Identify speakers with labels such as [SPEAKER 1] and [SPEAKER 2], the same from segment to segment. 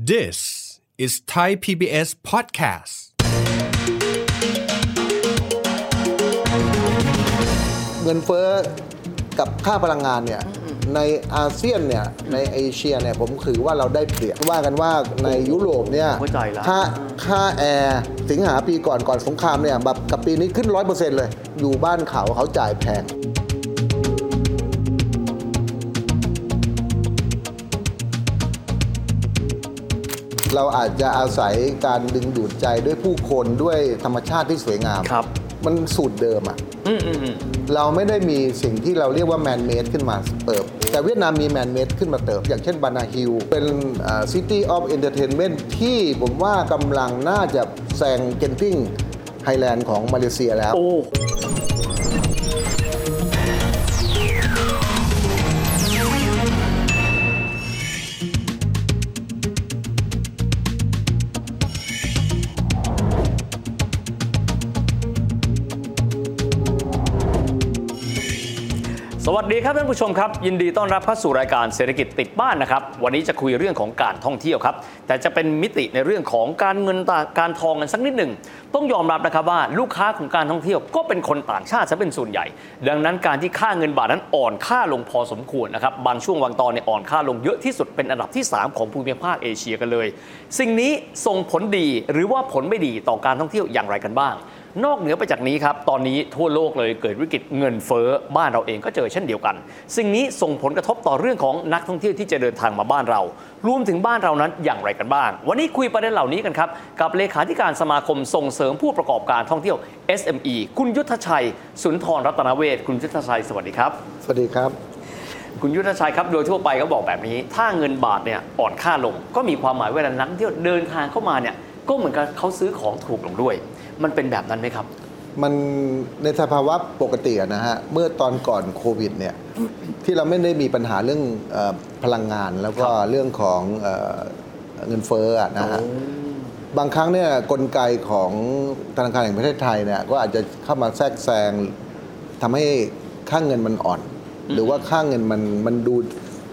[SPEAKER 1] This is Thai PBS podcast.
[SPEAKER 2] เงินเฟ้อกับค่าพลังงานเนี่ยในอาเซียนเนี่ยในเอเชียเนี่ยผมถือว่าเราได้เปรียบว่ากันว่าในยุโรปเนี่ย
[SPEAKER 3] เข้าใจละ
[SPEAKER 2] ค่าค่าแอร์สิงหาปีก่อนก่อนสงครามเนี่ยแบบกับปีนี้ขึ้น 100%เลย อยู่บ้านเขาเขาจ่ายแพง เราอาจจะอาศัยการดึงดูดใจด้วยผู้คนด้วยธรรมชาติที่สวยงาม
[SPEAKER 3] ครับ
[SPEAKER 2] มันสูตรเดิมอ่ะ เราไม่ได้มีสิ่งที่เราเรียกว่าแมนเมดขึ้นมาเติบ แต่เวียดนามมีแมนเมดขึ้นมาเติบ อย่างเช่นบานาฮิลเป็นซิตี้ออฟเอนเตอร์เทนเมนต์ที่ผมว่ากำลังน่าจะแซงเกนติ้งไฮแลนด์ของมาเลเซียแล้ว
[SPEAKER 3] โอ้ สวัสดีครับท่านผู้ชมครับ ยินดีต้อนรับเข้าสู่รายการเศรษฐกิจติดบ้านนะครับ วันนี้จะคุยเรื่องของการท่องเที่ยวครับ แต่จะเป็นมิติในเรื่องของการเงินตาการทองกันสักนิดหนึ่ง ต้องยอมรับนะครับว่าลูกค้าของการท่องเที่ยวก็เป็นคนต่างชาติซะเป็นส่วนใหญ่ ดังนั้นการที่ค่าเงินบาทนั้นอ่อนค่าลงพอสมควรนะครับบางช่วงบางตอนเนี่ยอ่อนค่าลงเยอะที่สุดเป็นอันดับที่ 3 ของภูมิภาคเอเชียกันเลย สิ่งนี้ส่งผลดีหรือว่าผลไม่ดีต่อการท่องเที่ยวอย่างไรกันบ้าง นอกเหนือไปจากนี้ครับ ตอนนี้ทั่วโลกเลยเกิดวิกฤตเงินเฟ้อบ้านเราเองก็เจอเช่นเดียวกัน สิ่งนี้ส่งผลกระทบต่อเรื่องของนักท่องเที่ยวที่จะเดินทางมาบ้านเรา รวมถึงบ้านเรานั้นอย่างไรกันบ้าง วันนี้คุยประเด็นเหล่านี้กันครับ กับเลขาธิการสมาคมส่งเสริมผู้ประกอบการท่องเที่ยว SME คุณยุทธชัย สุนทรรัตนเวชคุณยุทธชัยสวัสดีครับ
[SPEAKER 2] สวัสดีครับ
[SPEAKER 3] คุณยุทธชัยครับโดยทั่วไปก็บอกแบบนี้ ถ้าเงินบาทเนี่ยอ่อนค่าลง ก็มีความหมายเวลานักท่องเที่ยวเดินทางเข้ามาเนี่ยก็เหมือนกับเขาซื้อของถูกลงด้วย มันเป็นแบบนั้นไหมครับ
[SPEAKER 2] มันในสภาวะปกติอะนะฮะ เมื่อตอนก่อนโควิดเนี่ย ที่เราไม่ได้มีปัญหาเรื่องเออพลังงานแล้วก็เรื่องของเออเงินเฟ้ออะนะฮะ บางครั้งเนี่ยกลไกของธนาคารแห่งประเทศไทยเนี่ยก็อาจจะเข้ามาแทรกแซงทำให้ค่างเงินมันอ่อน หรือว่าค่างเงินมันมันดู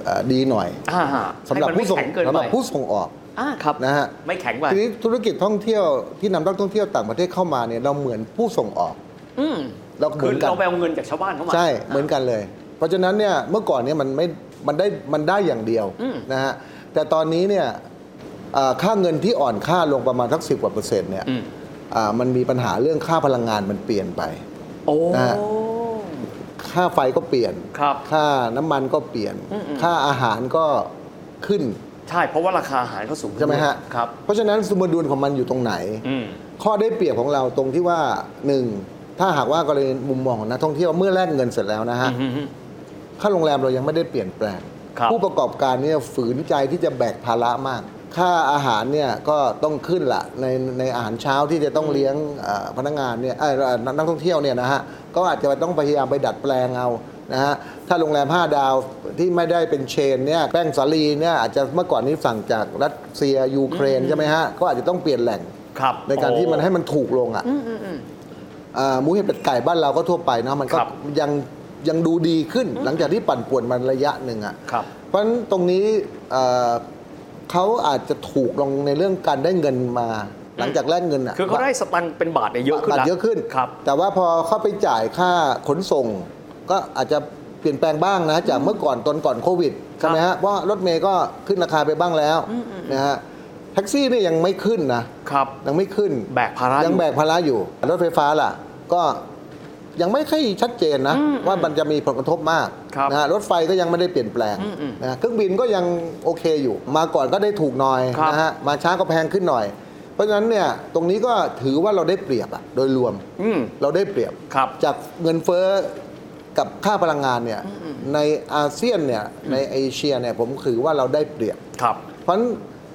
[SPEAKER 2] เอ่อดีหน่อย
[SPEAKER 3] อ่าฮะ
[SPEAKER 2] สำหรับ
[SPEAKER 3] ใมัน
[SPEAKER 2] ผู้ส่ง
[SPEAKER 3] ไม่แข็เกิน
[SPEAKER 2] สำห
[SPEAKER 3] ไป
[SPEAKER 2] รับผู้ส่งออก
[SPEAKER 3] อ่าครับ
[SPEAKER 2] นะฮะ
[SPEAKER 3] ไม่แข็งไป
[SPEAKER 2] ทีนี้ธุรกิจท่องเที่ยวที่นำนักท่องเที่ยวต่างประเทศเข้ามาเนี่ยเราเหมือนผู้ส่งออก
[SPEAKER 3] อืม
[SPEAKER 2] เราเห
[SPEAKER 3] คื
[SPEAKER 2] มื
[SPEAKER 3] อ
[SPEAKER 2] อนกัน
[SPEAKER 3] เราไปเอาเงินจากชาวบ้านเข้ามา
[SPEAKER 2] ใช่เหมือนกันเลย เพราะฉะนั้นเนี่ยเมื่อก่อนเนี่ยมันไม่มันได้มันได้อย่างเดียว
[SPEAKER 3] อืม
[SPEAKER 2] นะฮะแต่ตอนนี้เนี่ยเอ่อค่าเงินที่อ่อนค่าลงประมาณสักสิบกว่าเปอร์เซ็นต์เนี่ย
[SPEAKER 3] อืม
[SPEAKER 2] อ่ามันมีปัญหาเรื่องค่าพลังงานมันเปลี่ยนไป
[SPEAKER 3] โอ้
[SPEAKER 2] นะฮะ ค่าไฟก็เปลี่ยน
[SPEAKER 3] ครับ
[SPEAKER 2] ค่าน้ำมันก็เปลี่ยน
[SPEAKER 3] อืมๆ
[SPEAKER 2] ค่าอาหารก็ขึ้น
[SPEAKER 3] ใช่เพราะว่าราคาอาหารเขาสูงขึ้น
[SPEAKER 2] ใช่ไหมฮะ
[SPEAKER 3] ครับ
[SPEAKER 2] เพราะฉะนั้นสมดุลของมันอยู่ตรงไหน
[SPEAKER 3] อืม
[SPEAKER 2] ข้อได้เปรียบของเราตรงที่ว่าหนึ่งถ้าหากว่ากรณีมุมมองของนักท่องเที่ยวเมื่อแลกเงินเสร็จแล้วนะฮะ ค่าโรงแรมเรายังไม่ได้เปลี่ยนแปลง
[SPEAKER 3] ครับ
[SPEAKER 2] ผู้ประกอบการเนี่ยฝืนใจที่จะแบกภาระมาก ค่าอาหารเนี่ยก็ต้องขึ้นละในในอาหารเช้าที่จะต้องเลี้ยงเอ่อพนักงานเนี่ยเอ่อเอ่อนักนักท่องเที่ยวเนี่ยนะฮะก็อาจจะต้องพยายามไปดัดแปลงเอานะฮะถ้าโรงแรม 5 ดาวที่ไม่ได้เป็นเชนเนี่ยแป้งสาลีเนี่ยอาจจะเมื่อก่อนนี้สั่งจากรัสเซียยูเครนใช่ไหมฮะก็อาจจะต้องเปลี่ยนแหล่ง
[SPEAKER 3] ครับ
[SPEAKER 2] ในการ
[SPEAKER 3] โอ้
[SPEAKER 2] ที่มันให้มันถูกลงอ่ะ
[SPEAKER 3] อืมอืมอืม
[SPEAKER 2] อ่าหมูเห็ดเป็ดไก่บ้านเราก็ทั่วไปเนาะมันก็
[SPEAKER 3] ครับ
[SPEAKER 2] ยังยังดูดีขึ้น หลังจากที่ปั่นป่วนมันระยะหนึ่งอะ
[SPEAKER 3] ครับ
[SPEAKER 2] เพราะฉะนั้นตรงนี้เอ่อเขาอาจจะถูกลงในเรื่องการได้เงินมา หลังจากแลกเงินอะ
[SPEAKER 3] คือเขาได้สตังค์เป็นบาทเนี่ยเยอะขึ้น
[SPEAKER 2] บัตร
[SPEAKER 3] ล
[SPEAKER 2] เยอะขึ้น
[SPEAKER 3] ครับ
[SPEAKER 2] แต่ว่าพอเข้าไปจ่ายค่าขนส่ง ก็อาจจะเปลี่ยนแปลงบ้างนะจากเมื่อก่อนตอนก่อนโควิดใช่ไหมฮะว่ารถเมย์ก็ขึ้นราคาไปบ้างแล้วนะฮะแท็กซี่เนี่ยยังไม่ขึ้นนะ
[SPEAKER 3] ครับ
[SPEAKER 2] ยังไม่ขึ้น
[SPEAKER 3] แบกภาระ
[SPEAKER 2] ยังแบกภาระอยู่ รถไฟฟ้าล่ะ ก็ยังไม่ค่อยชัดเจนนะ ว่ามันจะมีผลกระทบมาก
[SPEAKER 3] ครับ
[SPEAKER 2] นะฮะรถไฟก็ยังไม่ได้เปลี่ยนแปลง
[SPEAKER 3] อืมอืม
[SPEAKER 2] นะฮะเครื่องบินก็ยังโอเคอยู่ มาก่อนก็ได้ถูกหน่อย
[SPEAKER 3] ครับ
[SPEAKER 2] นะฮะมาช้าก็แพงขึ้นหน่อย เพราะฉะนั้นเนี่ยตรงนี้ก็ถือว่าเราได้เปรียบอะโดยรวม
[SPEAKER 3] อืม
[SPEAKER 2] เราได้เปรียบ
[SPEAKER 3] ครับ
[SPEAKER 2] จากเงินเฟ้อกับค่าพลังงานเนี่ยในอาเซียนเนี่ยในเอเชียเนี่ยผมถือว่าเราได้เปรียบ
[SPEAKER 3] ครับ
[SPEAKER 2] เพราะฉะนั้น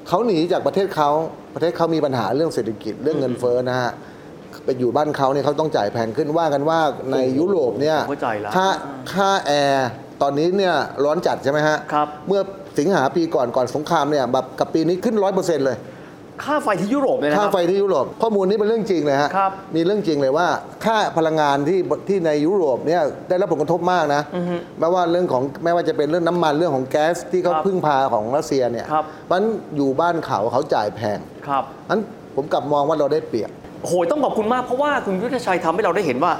[SPEAKER 2] เขาหนีจากประเทศเขาประเทศเขามีปัญหาเรื่องเศรษฐกิจเรื่องเงินเฟ้อนะฮะไปอยู่บ้านเขาเนี่ยเขาต้องจ่ายแพงขึ้นว่ากันว่าในยุโรปเนี่ย
[SPEAKER 3] เข้าใจละ
[SPEAKER 2] ค่าค่าแอร์ตอนนี้เนี่ยร้อนจัดใช่ไหมฮะ
[SPEAKER 3] ครับ
[SPEAKER 2] เมื่อสิงหาปีก่อนก่อนสงครามเนี่ยแบบกับปีนี้ขึ้นร้อยเปอร์เซ็นต์เลย
[SPEAKER 3] ค่าไฟที่ยุโรปเนี่ยนะค
[SPEAKER 2] ค่า
[SPEAKER 3] รับ
[SPEAKER 2] ไฟที่ยุโรปข้อมูลนี้เป็นเรื่องจริงเลยฮะ
[SPEAKER 3] ครับ
[SPEAKER 2] มีเรื่องจริงเลยว่าค่าพลังงานที่ที่ในยุโรปเนี่ยได้รับผลกระทบมากนะแม้ว่าเรื่องของแม้ว่าจะเป็นเรื่องน้ำมันเรื่องของแก๊สที่เขา
[SPEAKER 3] ครับ
[SPEAKER 2] พึ่งพาของรัสเซียเนี่ย
[SPEAKER 3] ครับ
[SPEAKER 2] เพราะฉะนั้นอยู่บ้านเขาเขาจ่ายแพง
[SPEAKER 3] ครับ
[SPEAKER 2] นั้นผมกลับมองว่าเราได้เปรียบ
[SPEAKER 3] โหยต้องขอบคุณมากเพราะว่าคุณยุทธชัยทำให้เราได้เห็นว่า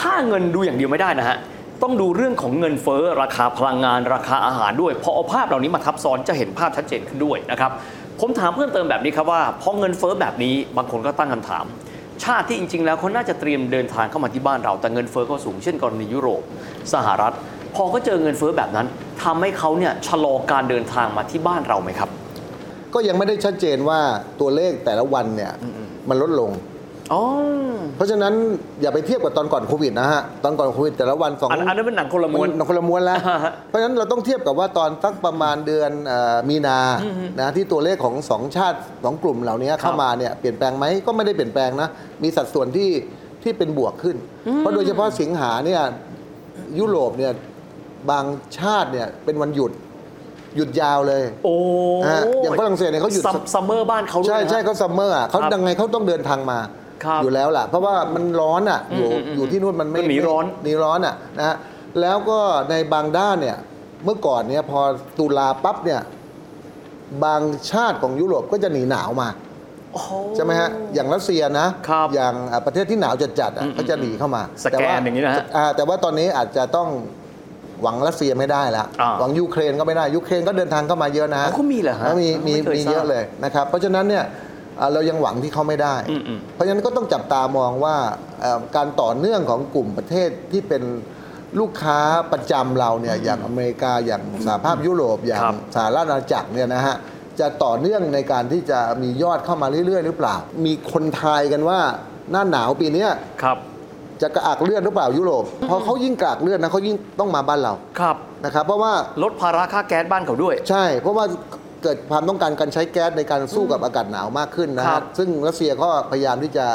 [SPEAKER 3] ค่าเงินดูอย่างเดียวไม่ได้นะฮะ ต้องดูเรื่องของเงินเฟ้อ ราคาพลังงาน ราคาอาหารด้วยพอเอาภาพเหล่านี้มาทับซ้อนจะเห็นภาพชัดเจนขึ้นด้วยนะครับ ผมถามเพิ่มเติมแบบนี้ครับว่าพอเงินเฟ้อแบบนี้บางคนก็ตั้งคำถาม ชาติที่จริง ๆ แล้วเขาน่าจะเตรียมเดินทางเข้ามาที่บ้านเราแต่เงินเฟ้อก็สูงเช่นกรณียุโรป สหรัฐ พอก็เจอเงินเฟ้อแบบนั้นทำให้เขาเนี่ยชะลอการเดินทางมาที่บ้านเราไหมครับ
[SPEAKER 2] ก็ยังไม่ได้ชัดเจนว่าตัวเลขแต่ละวันเนี่ยมันลดลง
[SPEAKER 3] อ๋อ
[SPEAKER 2] เพราะฉะนั้นอย่าไปเทียบกับตอนก่อนโควิดนะฮะ ตอนก่อนโควิดแต่ละวันสอง
[SPEAKER 3] อันอันนั้นเป็นหนังคนละม้วน
[SPEAKER 2] มัคนละม้วนแล้ว
[SPEAKER 3] อ่าฮะ
[SPEAKER 2] เพราะฉะนั้นเราต้องเทียบกับว่าตอนสักประมาณเดือนเอ่อมีนานะที่ตัวเลขของสองชาติสองกลุ่มเหล่านี้เข้ามาเนี่ยเปลี่ยนแปลงไหมก็ไม่ได้เปลี่ยนแปลงนะ มีสัดส่วนที่ที่เป็นบวกขึ้น เพราะโดยเฉพาะสิงหาเนี่ยยุโรปเนี่ยบางชาติเนี่ยเป็นวันหยุดหยุดยาวเลย
[SPEAKER 3] โอ้
[SPEAKER 2] ฮะอย่างฝรั่งเศสเนี่ยเขาหยุด
[SPEAKER 3] ซัมซัมเมอร์บ้านเขาด้วย
[SPEAKER 2] ใช่
[SPEAKER 3] นะ
[SPEAKER 2] ใช่เขาซัมเมอร์อ่ะเขา
[SPEAKER 3] ครับ
[SPEAKER 2] ดังไงเขาต้องเดินทางมา
[SPEAKER 3] ครับ
[SPEAKER 2] อยู่แล้วล่ะ เพราะว่ามันร้อนอ่ะอยู่
[SPEAKER 3] อืมอืม
[SPEAKER 2] อยู่ที่นู่นมันไม่
[SPEAKER 3] มันหนีร้อน
[SPEAKER 2] หนีร้อนอ่ะนะฮะแล้วก็ในบางด้านเนี่ยเมื่อก่อนเนี่ยพอตุลาปั๊บเนี่ยบางชาติของยุโรปก็จะหนีหนาวมา
[SPEAKER 3] โอ้
[SPEAKER 2] ใช่ไหมฮะ อย่างรัสเซียนะครับ อย่างอ่ะประเทศที่หนาวจัดๆอ่ะเขาจะหนีเข้ามา
[SPEAKER 3] สแกนอย่างนี้นะฮะ
[SPEAKER 2] อ่าแต่ว่าตอนนี้อาจจะต้องหวังรัสเซียไม่ได้ละ
[SPEAKER 3] อ่า
[SPEAKER 2] หวังยูเครนก็ไม่ได้ ยูเครนก็เดินทางเข้ามาเยอะนะฮะ
[SPEAKER 3] เขามีเหรอฮะ
[SPEAKER 2] มีมี
[SPEAKER 3] ไม่เคย
[SPEAKER 2] มี
[SPEAKER 3] ทราบ
[SPEAKER 2] เยอะเลยนะครับ เพราะฉะนั้นเนี่ยอ่าเรายังหวังที่เขาไม่ได้
[SPEAKER 3] อืม
[SPEAKER 2] เพราะฉะนั้นก็ต้องจับตามองว่าเอ่อการต่อเนื่องของกลุ่มประเทศที่เป็นลูกค้าประจำเราเนี่ยอย่างอเมริกาอย่างสหภาพยุโรปอย่า
[SPEAKER 3] ครั
[SPEAKER 2] ง
[SPEAKER 3] บ
[SPEAKER 2] สหราชอาณาจักรเนี่ยนะฮะจะต่อเนื่องในการที่จะมียอดเข้ามาเรื่อย ๆ หรือเปล่า มีคนทายกันว่าหน้าหนาวปีเนี้ย
[SPEAKER 3] ครับ
[SPEAKER 2] จะกระอักเลือดหรือเปล่ายุโรปเพราะเขายิ่งกระอักเลือดนะเขายิ่งต้องมาบ้านเรา
[SPEAKER 3] ครับ
[SPEAKER 2] นะครับเพราะว่า
[SPEAKER 3] ลดภาระค่าแก๊สบ้านเขาด้วย
[SPEAKER 2] ใช่ เพราะว่าเกิดความต้องการการใช้แก๊สในการสู้กับอากาศหนาวมากขึ้นนะ
[SPEAKER 3] ครั
[SPEAKER 2] ฮะ
[SPEAKER 3] บ
[SPEAKER 2] ซึ่งรัสเซียก็พยายามที่จะ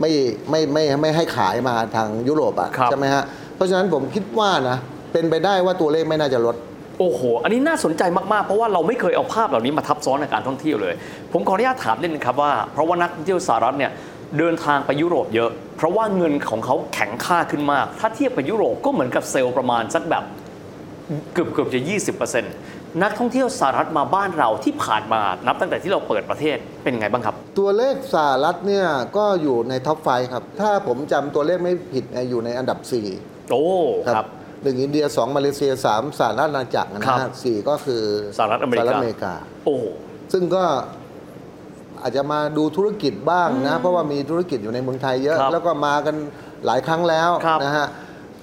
[SPEAKER 2] ไม่ไม่ไม่ไม่ให้ขายมาทางยุโรปอ่ะ
[SPEAKER 3] ครับ
[SPEAKER 2] ใช่ไหมฮะเพราะฉะนั้นผมคิดว่านะเป็นไปได้ว่าตัวเลขไม่น่าจะลด
[SPEAKER 3] โอ้โห อันนี้น่าสนใจมาก ๆ เพราะว่าเราไม่เคยเอาภาพเหล่านี้มาทับซ้อนในการท่องเที่ยวเลย ผมขออนุญาตถามนิดนึงครับว่าเพราะว่านักท่องเที่ยวสหรัฐเนี่ยเดินทางไปยุโรปเยอะ เพราะว่าเงินของเขาแข็งค่าขึ้นมาก ถ้าเทียบกับยุโรปก็เหมือนกับเซลล์ประมาณสักแบบ เกือบเกือบจะ 20%นักท่องเที่ยวสหรัฐมาบ้านเราที่ผ่านมานับตั้งแต่ที่เราเปิดประเทศเป็นไงบ้างครับ
[SPEAKER 2] ตัวเลขสหรัฐเนี่ยก็อยู่ในท็อปไฟครับ ถ้าผมจำตัวเลขไม่ผิดเนี่ยอยู่ในอันดับ 4
[SPEAKER 3] โอ้
[SPEAKER 2] ค
[SPEAKER 3] ค
[SPEAKER 2] รั
[SPEAKER 3] รั
[SPEAKER 2] บบ หนึ่งอินเดีย 2 มาเลเซีย 3สหรัฐอาณาจักรนะ
[SPEAKER 3] ครั
[SPEAKER 2] ฮะ
[SPEAKER 3] บ
[SPEAKER 2] สี่ก็คือ
[SPEAKER 3] สหรัฐอเมริกา โอ้
[SPEAKER 2] ซึ่งก็อาจจะมาดูธุรกิจบ้างนะ เพราะว่ามีธุรกิจอยู่ในเมืองไทยเยอะ
[SPEAKER 3] ครับ
[SPEAKER 2] แล้วก็มากันหลายครั้งแล้ว
[SPEAKER 3] ครับ
[SPEAKER 2] นะฮะ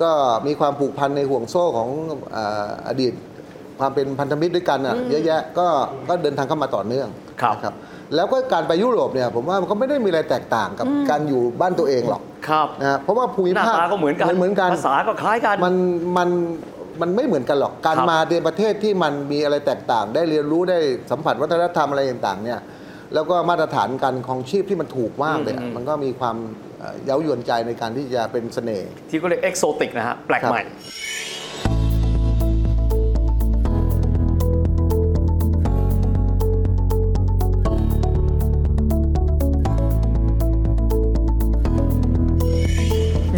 [SPEAKER 2] ก็มีความผูกพันในห่วงโซ่ของเอ่ออดีตความเป็นพันธมิตรด้วยกันอ่ะเยอะแยะก็ก็เดินทางเข้ามาต่อเนื่อง
[SPEAKER 3] ครับ
[SPEAKER 2] นะครับ แล้วก็การไปยุโรปเนี่ยผมว่ามันก็ไม่ได้มีอะไรแตกต่างกับการอยู่บ้านตัวเองหรอก
[SPEAKER 3] ครับ
[SPEAKER 2] นะฮะเพราะว่าภูมิ
[SPEAKER 3] หน้า
[SPEAKER 2] ภาค
[SPEAKER 3] ตาก็เหมือนกัน
[SPEAKER 2] เหมือนกัน
[SPEAKER 3] ภาษาก็คล้ายกัน
[SPEAKER 2] มันมันมันไม่เหมือนกันหรอกการ
[SPEAKER 3] ครับ
[SPEAKER 2] มาในประเทศที่มันมีอะไรแตกต่าง ได้เรียนรู้ได้สัมผัสวัฒนธรรมอะไรต่างๆเนี่ยแล้วก็มาตรฐานการของชีพที่มันถูกมากเลยอะ
[SPEAKER 3] อืมอืม
[SPEAKER 2] มันก็มีความเอ่อเย้ายวนใจในการที่จะเป็นเสน่ห์
[SPEAKER 3] ที่ก็เรียกเอกโซติกนะฮะ แปลกใหม่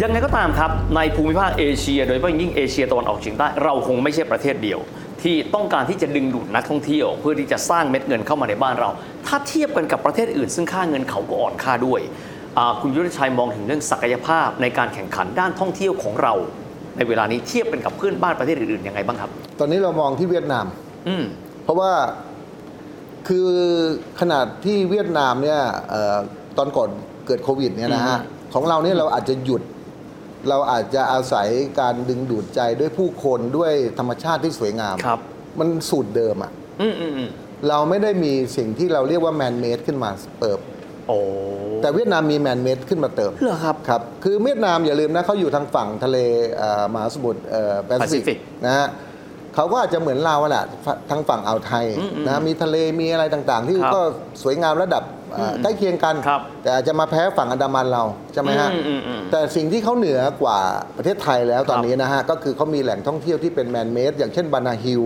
[SPEAKER 3] ยังไงก็ตามครับ ในภูมิภาคเอเชีย โดยเฉพาะอย่างยิ่งเอเชียตะวันออกเฉียงใต้เราคงไม่ใช่ประเทศเดียว ที่ต้องการที่จะดึงดูดนักท่องเที่ยว เพื่อที่จะสร้างเม็ดเงินเข้ามาในบ้านเรา ถ้าเทียบกันกับประเทศอื่น ซึ่งค่าเงินเขาก็อ่อนค่าด้วยอ่าคุณยุทธชัยมองถึงเรื่องศักยภาพในการแข่งขันด้านท่องเที่ยวของเรา ในเวลานี้เทียบกันกับเพื่อนบ้านประเทศอื่นๆยังไงบ้างครับ
[SPEAKER 2] ตอนนี้เรามองที่เวียดนาม
[SPEAKER 3] อืม
[SPEAKER 2] เพราะว่าคือขนาดที่เวียดนามเนี่ยเออตอนก่อนเกิดโควิดเนี่ยนะฮะ ของเราเนี่ยเราอาจจะหยุด เราอาจจะอาศัยการดึงดูดใจด้วยผู้คนด้วยธรรมชาติที่สวยงาม
[SPEAKER 3] ครับ
[SPEAKER 2] มันสูตรเดิมอะ
[SPEAKER 3] อืมอืมอืม
[SPEAKER 2] เราไม่ได้มีสิ่งที่เราเรียกว่าแมนเมดขึ้นมาเติม
[SPEAKER 3] โอ้
[SPEAKER 2] แต่เวียดนามมีแมนเมดขึ้นมาเติม
[SPEAKER 3] เหรอครับ
[SPEAKER 2] ครับ คือเวียดนามอย่าลืมนะเขาอยู่ทางฝั่งทะเลเอ่อมหาสมุทรเอ่อแปซิฟิ
[SPEAKER 3] Pacific
[SPEAKER 2] กนะฮะเขาก็อาจจะเหมือนเราอะแหละทางฝั่งอ่าวไทยนะมีทะเลมีอะไรต่างๆ ที่
[SPEAKER 3] ครับ
[SPEAKER 2] ก็สวยงามระดับเอ่ออใกล้เคียงกัน
[SPEAKER 3] ครับ
[SPEAKER 2] แต่อาจจะมาแพ้ฝั่งอันดามันเราใช่ไหมฮะ
[SPEAKER 3] อืมอืมอืม
[SPEAKER 2] แต่สิ่งที่เขาเหนือกว่าประเทศไทยแล้วตอน
[SPEAKER 3] ครับ
[SPEAKER 2] นี้นะฮะก็คือเขามีแหล่งท่องเที่ยวที่เป็นแมนเมดอย่างเช่นบานาฮิล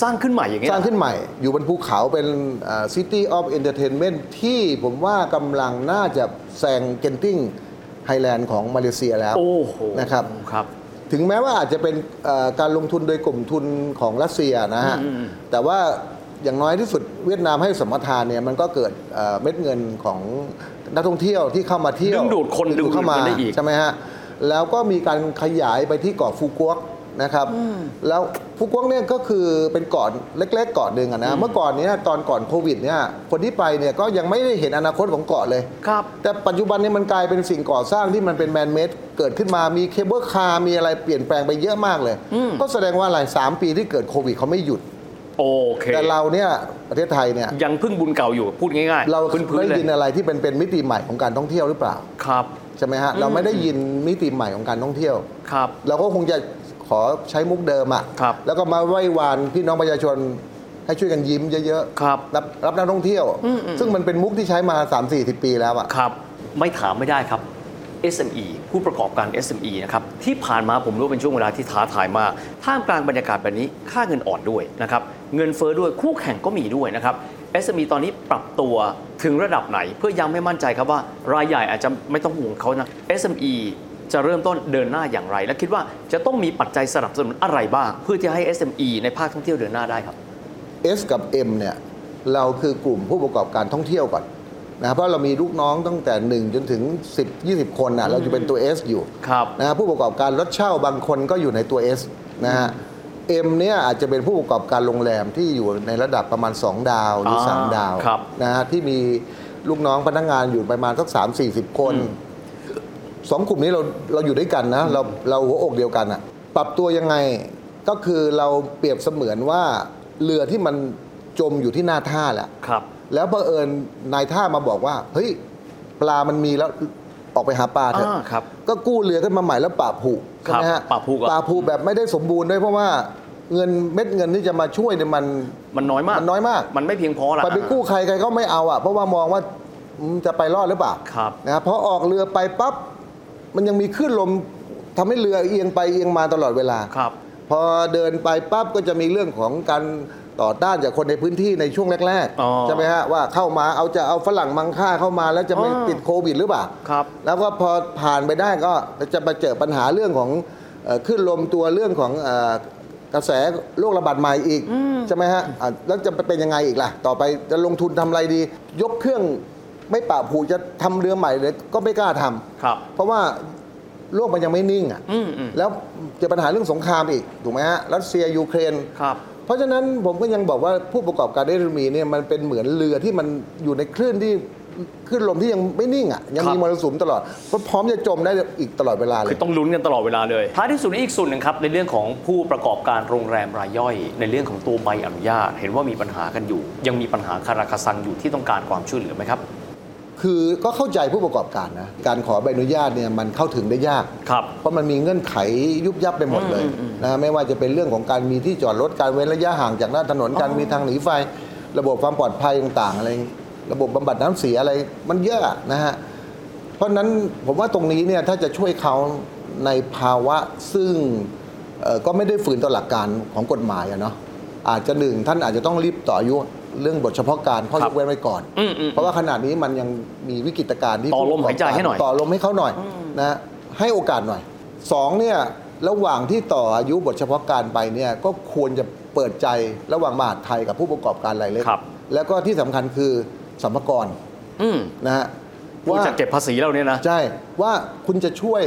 [SPEAKER 3] สร้างขึ้นใหม่อย่างเงี้ย
[SPEAKER 2] สร้างขึ้นใหม่ อยู่บนภูเขาเป็นซิตี้ออฟเอนเตอร์เทนเมนที่ผมว่ากำลังน่าจะแซงเกนติ้งไฮแลนด์ของมาเลเซียแล้ว
[SPEAKER 3] โอ้โห
[SPEAKER 2] นะครับ
[SPEAKER 3] ครับ
[SPEAKER 2] ถึงแม้ว่าอาจจะเป็นเอ่อการลงทุนโดยกลุ่มทุนของรัสเซียนะฮะ แต่ว่าอย่างน้อยที่สุดเวียดนามให้สมรทานเนี่ยมันก็เกิดเอ่อเม็ดเงินของนักท่องเที่ยวที่เข้ามาเที่ยว
[SPEAKER 3] ดึงดูดคน
[SPEAKER 2] งเข้ามา
[SPEAKER 3] ดึงดูดกันได้อีก
[SPEAKER 2] ใช่ไหมฮะ แล้วก็มีการขยายไปที่เกาะฟูกวกนะครับ แล้วฟูกวกเนี่ยก็คือเป็นเกาะเล็กๆเกาะหนึ่งอะนะเมื่อก่อนเนี้ยตอนก่อนโควิดเนี่ยคนที่ไปเนี่ยก็ยังไม่ได้เห็นอนาคตของเกาะเลย
[SPEAKER 3] ครับ
[SPEAKER 2] แต่ปัจจุบันนี้มันกลายเป็นสิ่งก่อสร้างที่มันเป็นแมนเมดเกิดขึ้นมามีเคเบิลคาร์มีอะไรเปลี่ยนแปลงไปเยอะมากเลย ก็แสดงว่าอะไรสามปีที่เกิดโควิดเขาไม่หยุด
[SPEAKER 3] โอเค
[SPEAKER 2] แต่เราเนี่ยประเทศไทยเนี่ย
[SPEAKER 3] ยังพึ่งบุญเก่าอยู่พูดง่ายๆ
[SPEAKER 2] เรา
[SPEAKER 3] พื้น
[SPEAKER 2] ได้
[SPEAKER 3] ๆเลย
[SPEAKER 2] ยินอะไรที่เป็นเป็นมิติใหม่ของการท่องเที่ยวหรือเปล่า
[SPEAKER 3] ครับ
[SPEAKER 2] ใช่ไหมฮะเราไม่ได้ยินมิติใหม่ของการท่องเที่ยว
[SPEAKER 3] ครับ
[SPEAKER 2] เราก็คงจะขอใช้มุกเดิมอะ
[SPEAKER 3] ครับ
[SPEAKER 2] แล้วก็มาไหว้วานพี่น้องประชาชนให้ช่วยกันยิ้มเยอะ
[SPEAKER 3] ครับ
[SPEAKER 2] รับรับนักท่องเที่ยว ซึ่งมันเป็นมุกที่ใช้มา 3-40 ปีแล้วอะ
[SPEAKER 3] ครับไม่ถามไม่ได้ครับ SME ผู้ประกอบการ SME นะครับที่ผ่านมาผมรู้ว่าเป็นช่วงเวลาที่ท้าทายมากท่ามกลางบรรยากาศแบบนี้ค่าเงินอ่อนด้วยนะครับเงินเฟ้อด้วยคู่แข่งก็มีด้วยนะครับ SME ตอนนี้ปรับตัวถึงระดับไหน เพื่อยังไม่มั่นใจครับว่ารายใหญ่อาจจะไม่ต้องห่วงเขานะ SME จะเริ่มต้นเดินหน้าอย่างไร และคิดว่าจะต้องมีปัจจัยสนับสนุนอะไรบ้าง เพื่อที่จะให้ SME ในภาคท่องเที่ยวเดินหน้าได้ครับ
[SPEAKER 2] S กับ M เนี่ยเราคือกลุ่มผู้ประกอบการท่องเที่ยวก่อนนะเพราะเรามีลูกน้องตั้งแต่ 1 จนถึง 10 20 คนนะเราจะเป็นตัว S อยู่
[SPEAKER 3] ครับ
[SPEAKER 2] นะฮะผู้ประกอบการรถเช่าบางคนก็อยู่ในตัว S นะฮะ M เนี่ยอาจจะเป็นผู้ประกอบการโรงแรมที่อยู่ในระดับประมาณ 2 ดาวหรือ
[SPEAKER 3] อ่า
[SPEAKER 2] 3 ดาว
[SPEAKER 3] ครับ
[SPEAKER 2] นะฮะที่มีลูกน้องพนักงานอยู่ประมาณสัก 3 40 คน สองกลุ่มนี้เราเราอยู่ด้วยกันนะเราเราหัวอกเดียวกันอะปรับตัวยังไงก็คือเราเปรียบเสมือนว่าเรือที่มันจมอยู่ที่หน้าท่าแหละ
[SPEAKER 3] ครับ
[SPEAKER 2] แล้วบังเอิญนายท่ามาบอกว่า เฮ้ย ปลามันมีแล้วออกไปหาปลาเถอะ
[SPEAKER 3] อ่าครับ
[SPEAKER 2] ก็กู้เรือขึ้นมาใหม่แล้วปราบผูก
[SPEAKER 3] ครับ
[SPEAKER 2] ใช่ไหมฮะ
[SPEAKER 3] ปราบผูกอะ
[SPEAKER 2] ปราบผูกแบบไม่ได้สมบูรณ์ด้วยเพราะว่าเงินเม็ดเงินที่จะมาช่วยเนี่ยมัน
[SPEAKER 3] มันน้อยมาก
[SPEAKER 2] มันน้อยมาก
[SPEAKER 3] มันไม่เพียงพอละ
[SPEAKER 2] ไปไปกู้ใครใครก็ไม่เอาอ่ะเพราะว่ามองว่าอืมจะไปรอดหรือเปล่า
[SPEAKER 3] ครับ
[SPEAKER 2] นะพอออกเรือไปปั๊บมันยังมีคลื่นลมทำให้เรือเอียงไปเอียงมาตลอดเวลา
[SPEAKER 3] ครับ
[SPEAKER 2] พอเดินไปปั๊บก็จะมีเรื่องของการต่อต้านจากคนในพื้นที่ในช่วงแรก
[SPEAKER 3] อ๋อ
[SPEAKER 2] ๆใช่ไหมฮะว่าเข้ามาเอาจะเอาฝรั่งมังค่าเข้ามาแล้วจะไม่
[SPEAKER 3] อ๋อ
[SPEAKER 2] ติดโควิดหรือเปล่า
[SPEAKER 3] ครับ
[SPEAKER 2] แล้วก็พอผ่านไปได้ก็จะมาเจอปัญหาเรื่องของเอ่อคลื่นลมตัวเรื่องของเอ่อกระแสโรคระบาดใหม่อีก ใช่ไหมฮะอ่ะแล้วจะเป็นยังไงอีกล่ะ ต่อไปจะลงทุนทำอะไรดี ยกเครื่องไม่ป่าบผูจะทำเรือใหม่เลยก็ไม่กล้าทำ
[SPEAKER 3] ครับ
[SPEAKER 2] เพราะว่าโลกมันยังไม่นิ่งอ่ะ
[SPEAKER 3] อืมอืม
[SPEAKER 2] แล้วเจะปัญหาเรื่องสงครามอีกถูกไหมฮะรัสเซียยูเครน
[SPEAKER 3] ครับ
[SPEAKER 2] เพราะฉะนั้นผมก็ยังบอกว่าผู้ประกอบการได้มีเนี่ยมันเป็นเหมือนเรือที่มันอยู่ในคลื่นที่คลื่นลมที่ยังไม่นิ่งอ่ะยังมี
[SPEAKER 3] ครับ
[SPEAKER 2] มรสุมตลอดก็พร้อมจะจมได้อีกตลอดเวลาเล
[SPEAKER 3] คื
[SPEAKER 2] ย
[SPEAKER 3] อต้องลุ้นกันตลอดเวลาเลย ท้ายที่สุดอีกส่วนหนึ่งครับ ในเรื่องของผู้ประกอบการโรงแรมรายย่อย ในเรื่องของตัวใบอนุญาต เห็นว่ามีปัญหากันอยู่ ยังมีปัญหาคาราคาซังอยู่ที่ต้องการความช่วยเหลือไหมครับ
[SPEAKER 2] คือก็เข้าใจผู้ประกอบการนะการขอใบอนุญาตเนี่ยมันเข้าถึงได้ยาก
[SPEAKER 3] ครับ
[SPEAKER 2] เพราะมันมีเงื่อนไขยุบยับไปหมดเลยนะไม่ว่าจะเป็นเรื่องของการมีที่จอดรถการเว้นระยะห่างจากหน้าถนนการมีทางหนีไฟ ระบบความปลอดภัยต่าง ๆ อะไร ระบบบำบัดน้ำเสียอะไรมันเยอะนะฮะเพราะฉะนั้นผมว่าตรงนี้เนี่ยถ้าจะช่วยเขาในภาวะซึ่งเอ่อก็ไม่ได้ฝืนต่อหลักการของกฎหมายอะเนาะอาจจะหนึ่งท่านอาจจะต้องรีบต่ออายุเรื่องบทเฉพาะการข้อยกเว้นไว้ก่อน
[SPEAKER 3] อืมอืม
[SPEAKER 2] เพราะว่าขณะนี้มันยังมีวิกฤตการณ์ที่
[SPEAKER 3] ต่อลมหายใจให้หน่อย
[SPEAKER 2] ต่อ ต่อลมให้เขาหน่อยนะให้โอกาสหน่อยสองเนี่ยระหว่างที่ต่ออายุบทเฉพาะการไปเนี่ยก็ควรจะเปิดใจระหว่างมหาดไทยกับผู้ประกอบการรายเล็ก
[SPEAKER 3] ครับ
[SPEAKER 2] แล้วก็ที่สำคัญคือสัมภาระ
[SPEAKER 3] อืม
[SPEAKER 2] นะฮะ
[SPEAKER 3] ผู้จะเก็บภาษีเราเนี่ยนะ
[SPEAKER 2] ใช่ว่าคุณจะช่วย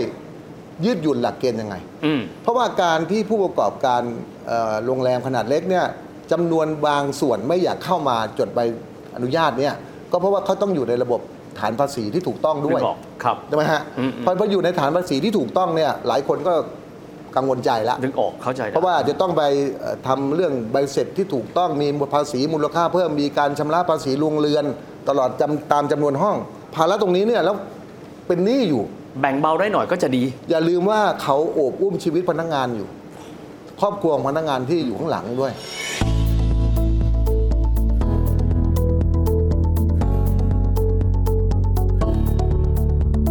[SPEAKER 2] ยืดหยุ่นหลักเกณฑ์ยังไง
[SPEAKER 3] อืม
[SPEAKER 2] เพราะว่าการที่ผู้ประกอบการเอ่อโรงแรมขนาดเล็กเนี่ยจำนวนบางส่วนไม่อยากเข้ามาจดใบอนุญาตเนี่ยก็เพราะว่าเขาต้องอยู่ในระบบฐานภาษีที่ถูกต้องด้วย
[SPEAKER 3] นึกออกครับ
[SPEAKER 2] ใช่ไหมฮะ
[SPEAKER 3] อืมอืม
[SPEAKER 2] พอพออยู่ในฐานภาษีที่ถูกต้องเนี่ยหลายคนก็กังวลใจละ
[SPEAKER 3] นึกออกเข้าใจได้
[SPEAKER 2] เพราะว่าจะต้องไปเอ่อทำเรื่องใบเสร็จที่ถูกต้องมีภาษีมูลค่าเพิ่มมีการชำระภาษีลวงเรือน ตลอดจำตามจำนวนห้อง ภาระตรงนี้เนี่ยแล้วเป็นหนี้อยู่
[SPEAKER 3] แบ่งเบาได้หน่อยก็จะดี
[SPEAKER 2] อย่าลืมว่าเขาโอบอุ้มชีวิตพนักงานอยู่ ครอบครัวของพนักงานที่อยู่ข้างหลังด้วย
[SPEAKER 4] 「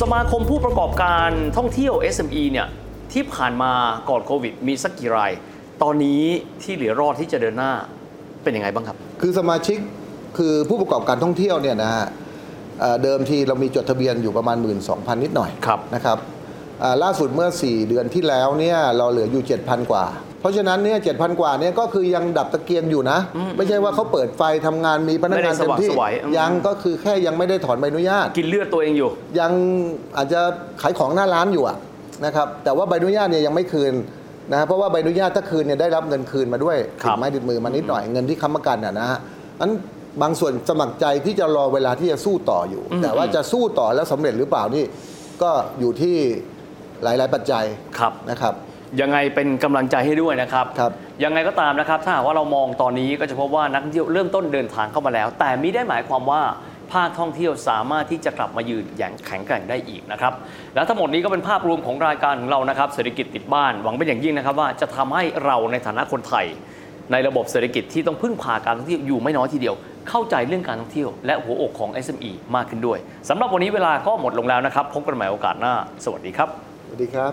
[SPEAKER 3] สมาคมผู้ประกอบการท่องเที่ยว SME เนี่ยที่ผ่านมาก่อนโควิด มีสักกี่ราย ตอนนี้ที่เหลือรอดที่จะเดินหน้าเป็นยังไงบ้างครับ
[SPEAKER 2] คือสมาชิกคือผู้ประกอบการท่องเที่ยวเนี่ยนะฮะเอ่อเดิมทีเรามีจดทะเบียนอยู่ประมาณ 12,000 นิดหน่อย
[SPEAKER 3] ครับ
[SPEAKER 2] นะครับอ่าล่าสุดเมื่อ 4 เดือนที่แล้วเนี่ยเราเหลืออยู่ 7,000 กว่า เพราะฉะนั้นเนี่ย7,000 กว่าเนี่ยก็คือยังดับตะเกียงอยู่นะ ไม่ใช่ว่าเขาเปิดไฟทำงานมีพนักงานเต็มที่
[SPEAKER 3] ไม่ได้สว่างไสวัยอืม
[SPEAKER 2] ยังก็คือแค่ยังไม่ได้ถอนใบอนุญาต
[SPEAKER 3] กินเลือดตัวเองอยู่
[SPEAKER 2] ยังอาจจะขายของหน้าร้านอยู่อะนะครับแต่ว่าใบอนุญาตเนี่ยยังไม่คืนนะฮะเพราะว่าใบอนุญาตถ้าคืนเนี่ยได้รับเงินคืนมาด้วย
[SPEAKER 3] ครั
[SPEAKER 2] ติ
[SPEAKER 3] บ
[SPEAKER 2] ดไม้ติดมือมานิดหน่อยเงินที่ค้ำประกันน่ะนะฮะอันบางส่วนสมัครใจที่จะรอเวลาที่จะสู้ต่ออยู่ แต่ว่าจะสู้ต่อแล้วสำเร็จหรือเปล่านี่ก็อยู่ที่หลาย ๆ ปัจจัย
[SPEAKER 3] ครับ
[SPEAKER 2] นะครับ
[SPEAKER 3] ยังไงเป็นกำลังใจให้ด้วยนะครับ
[SPEAKER 2] ครับ
[SPEAKER 3] ยังไงก็ตามนะครับ ถ้าหากว่าเรามองตอนนี้ก็จะพบว่านักท่องเที่ยวเริ่มต้นเดินทางเข้ามาแล้ว แต่มิได้หมายความว่าภาคท่องเที่ยวสามารถที่จะกลับมายืนอย่างแข็งแกร่งได้อีกนะครับ และทั้งหมดนี้ก็เป็นภาพรวมของรายการของเรานะครับเศรษฐกิจติดบ้าน หวังเป็นอย่างยิ่งนะครับว่าจะทำให้เราในฐานะคนไทย ในระบบเศรษฐกิจที่ต้องพึ่งพาการท่องเที่ยวอยู่ไม่น้อยทีเดียว เข้าใจเรื่องการท่องเที่ยวและหัวอกของ SME มากขึ้นด้วยสำหรับวันนี้เวลาก็หมดลงแล้วนะครับพบกันใหม่โอกาสหน้า สวัสดีครับ
[SPEAKER 2] สวัสดีครับ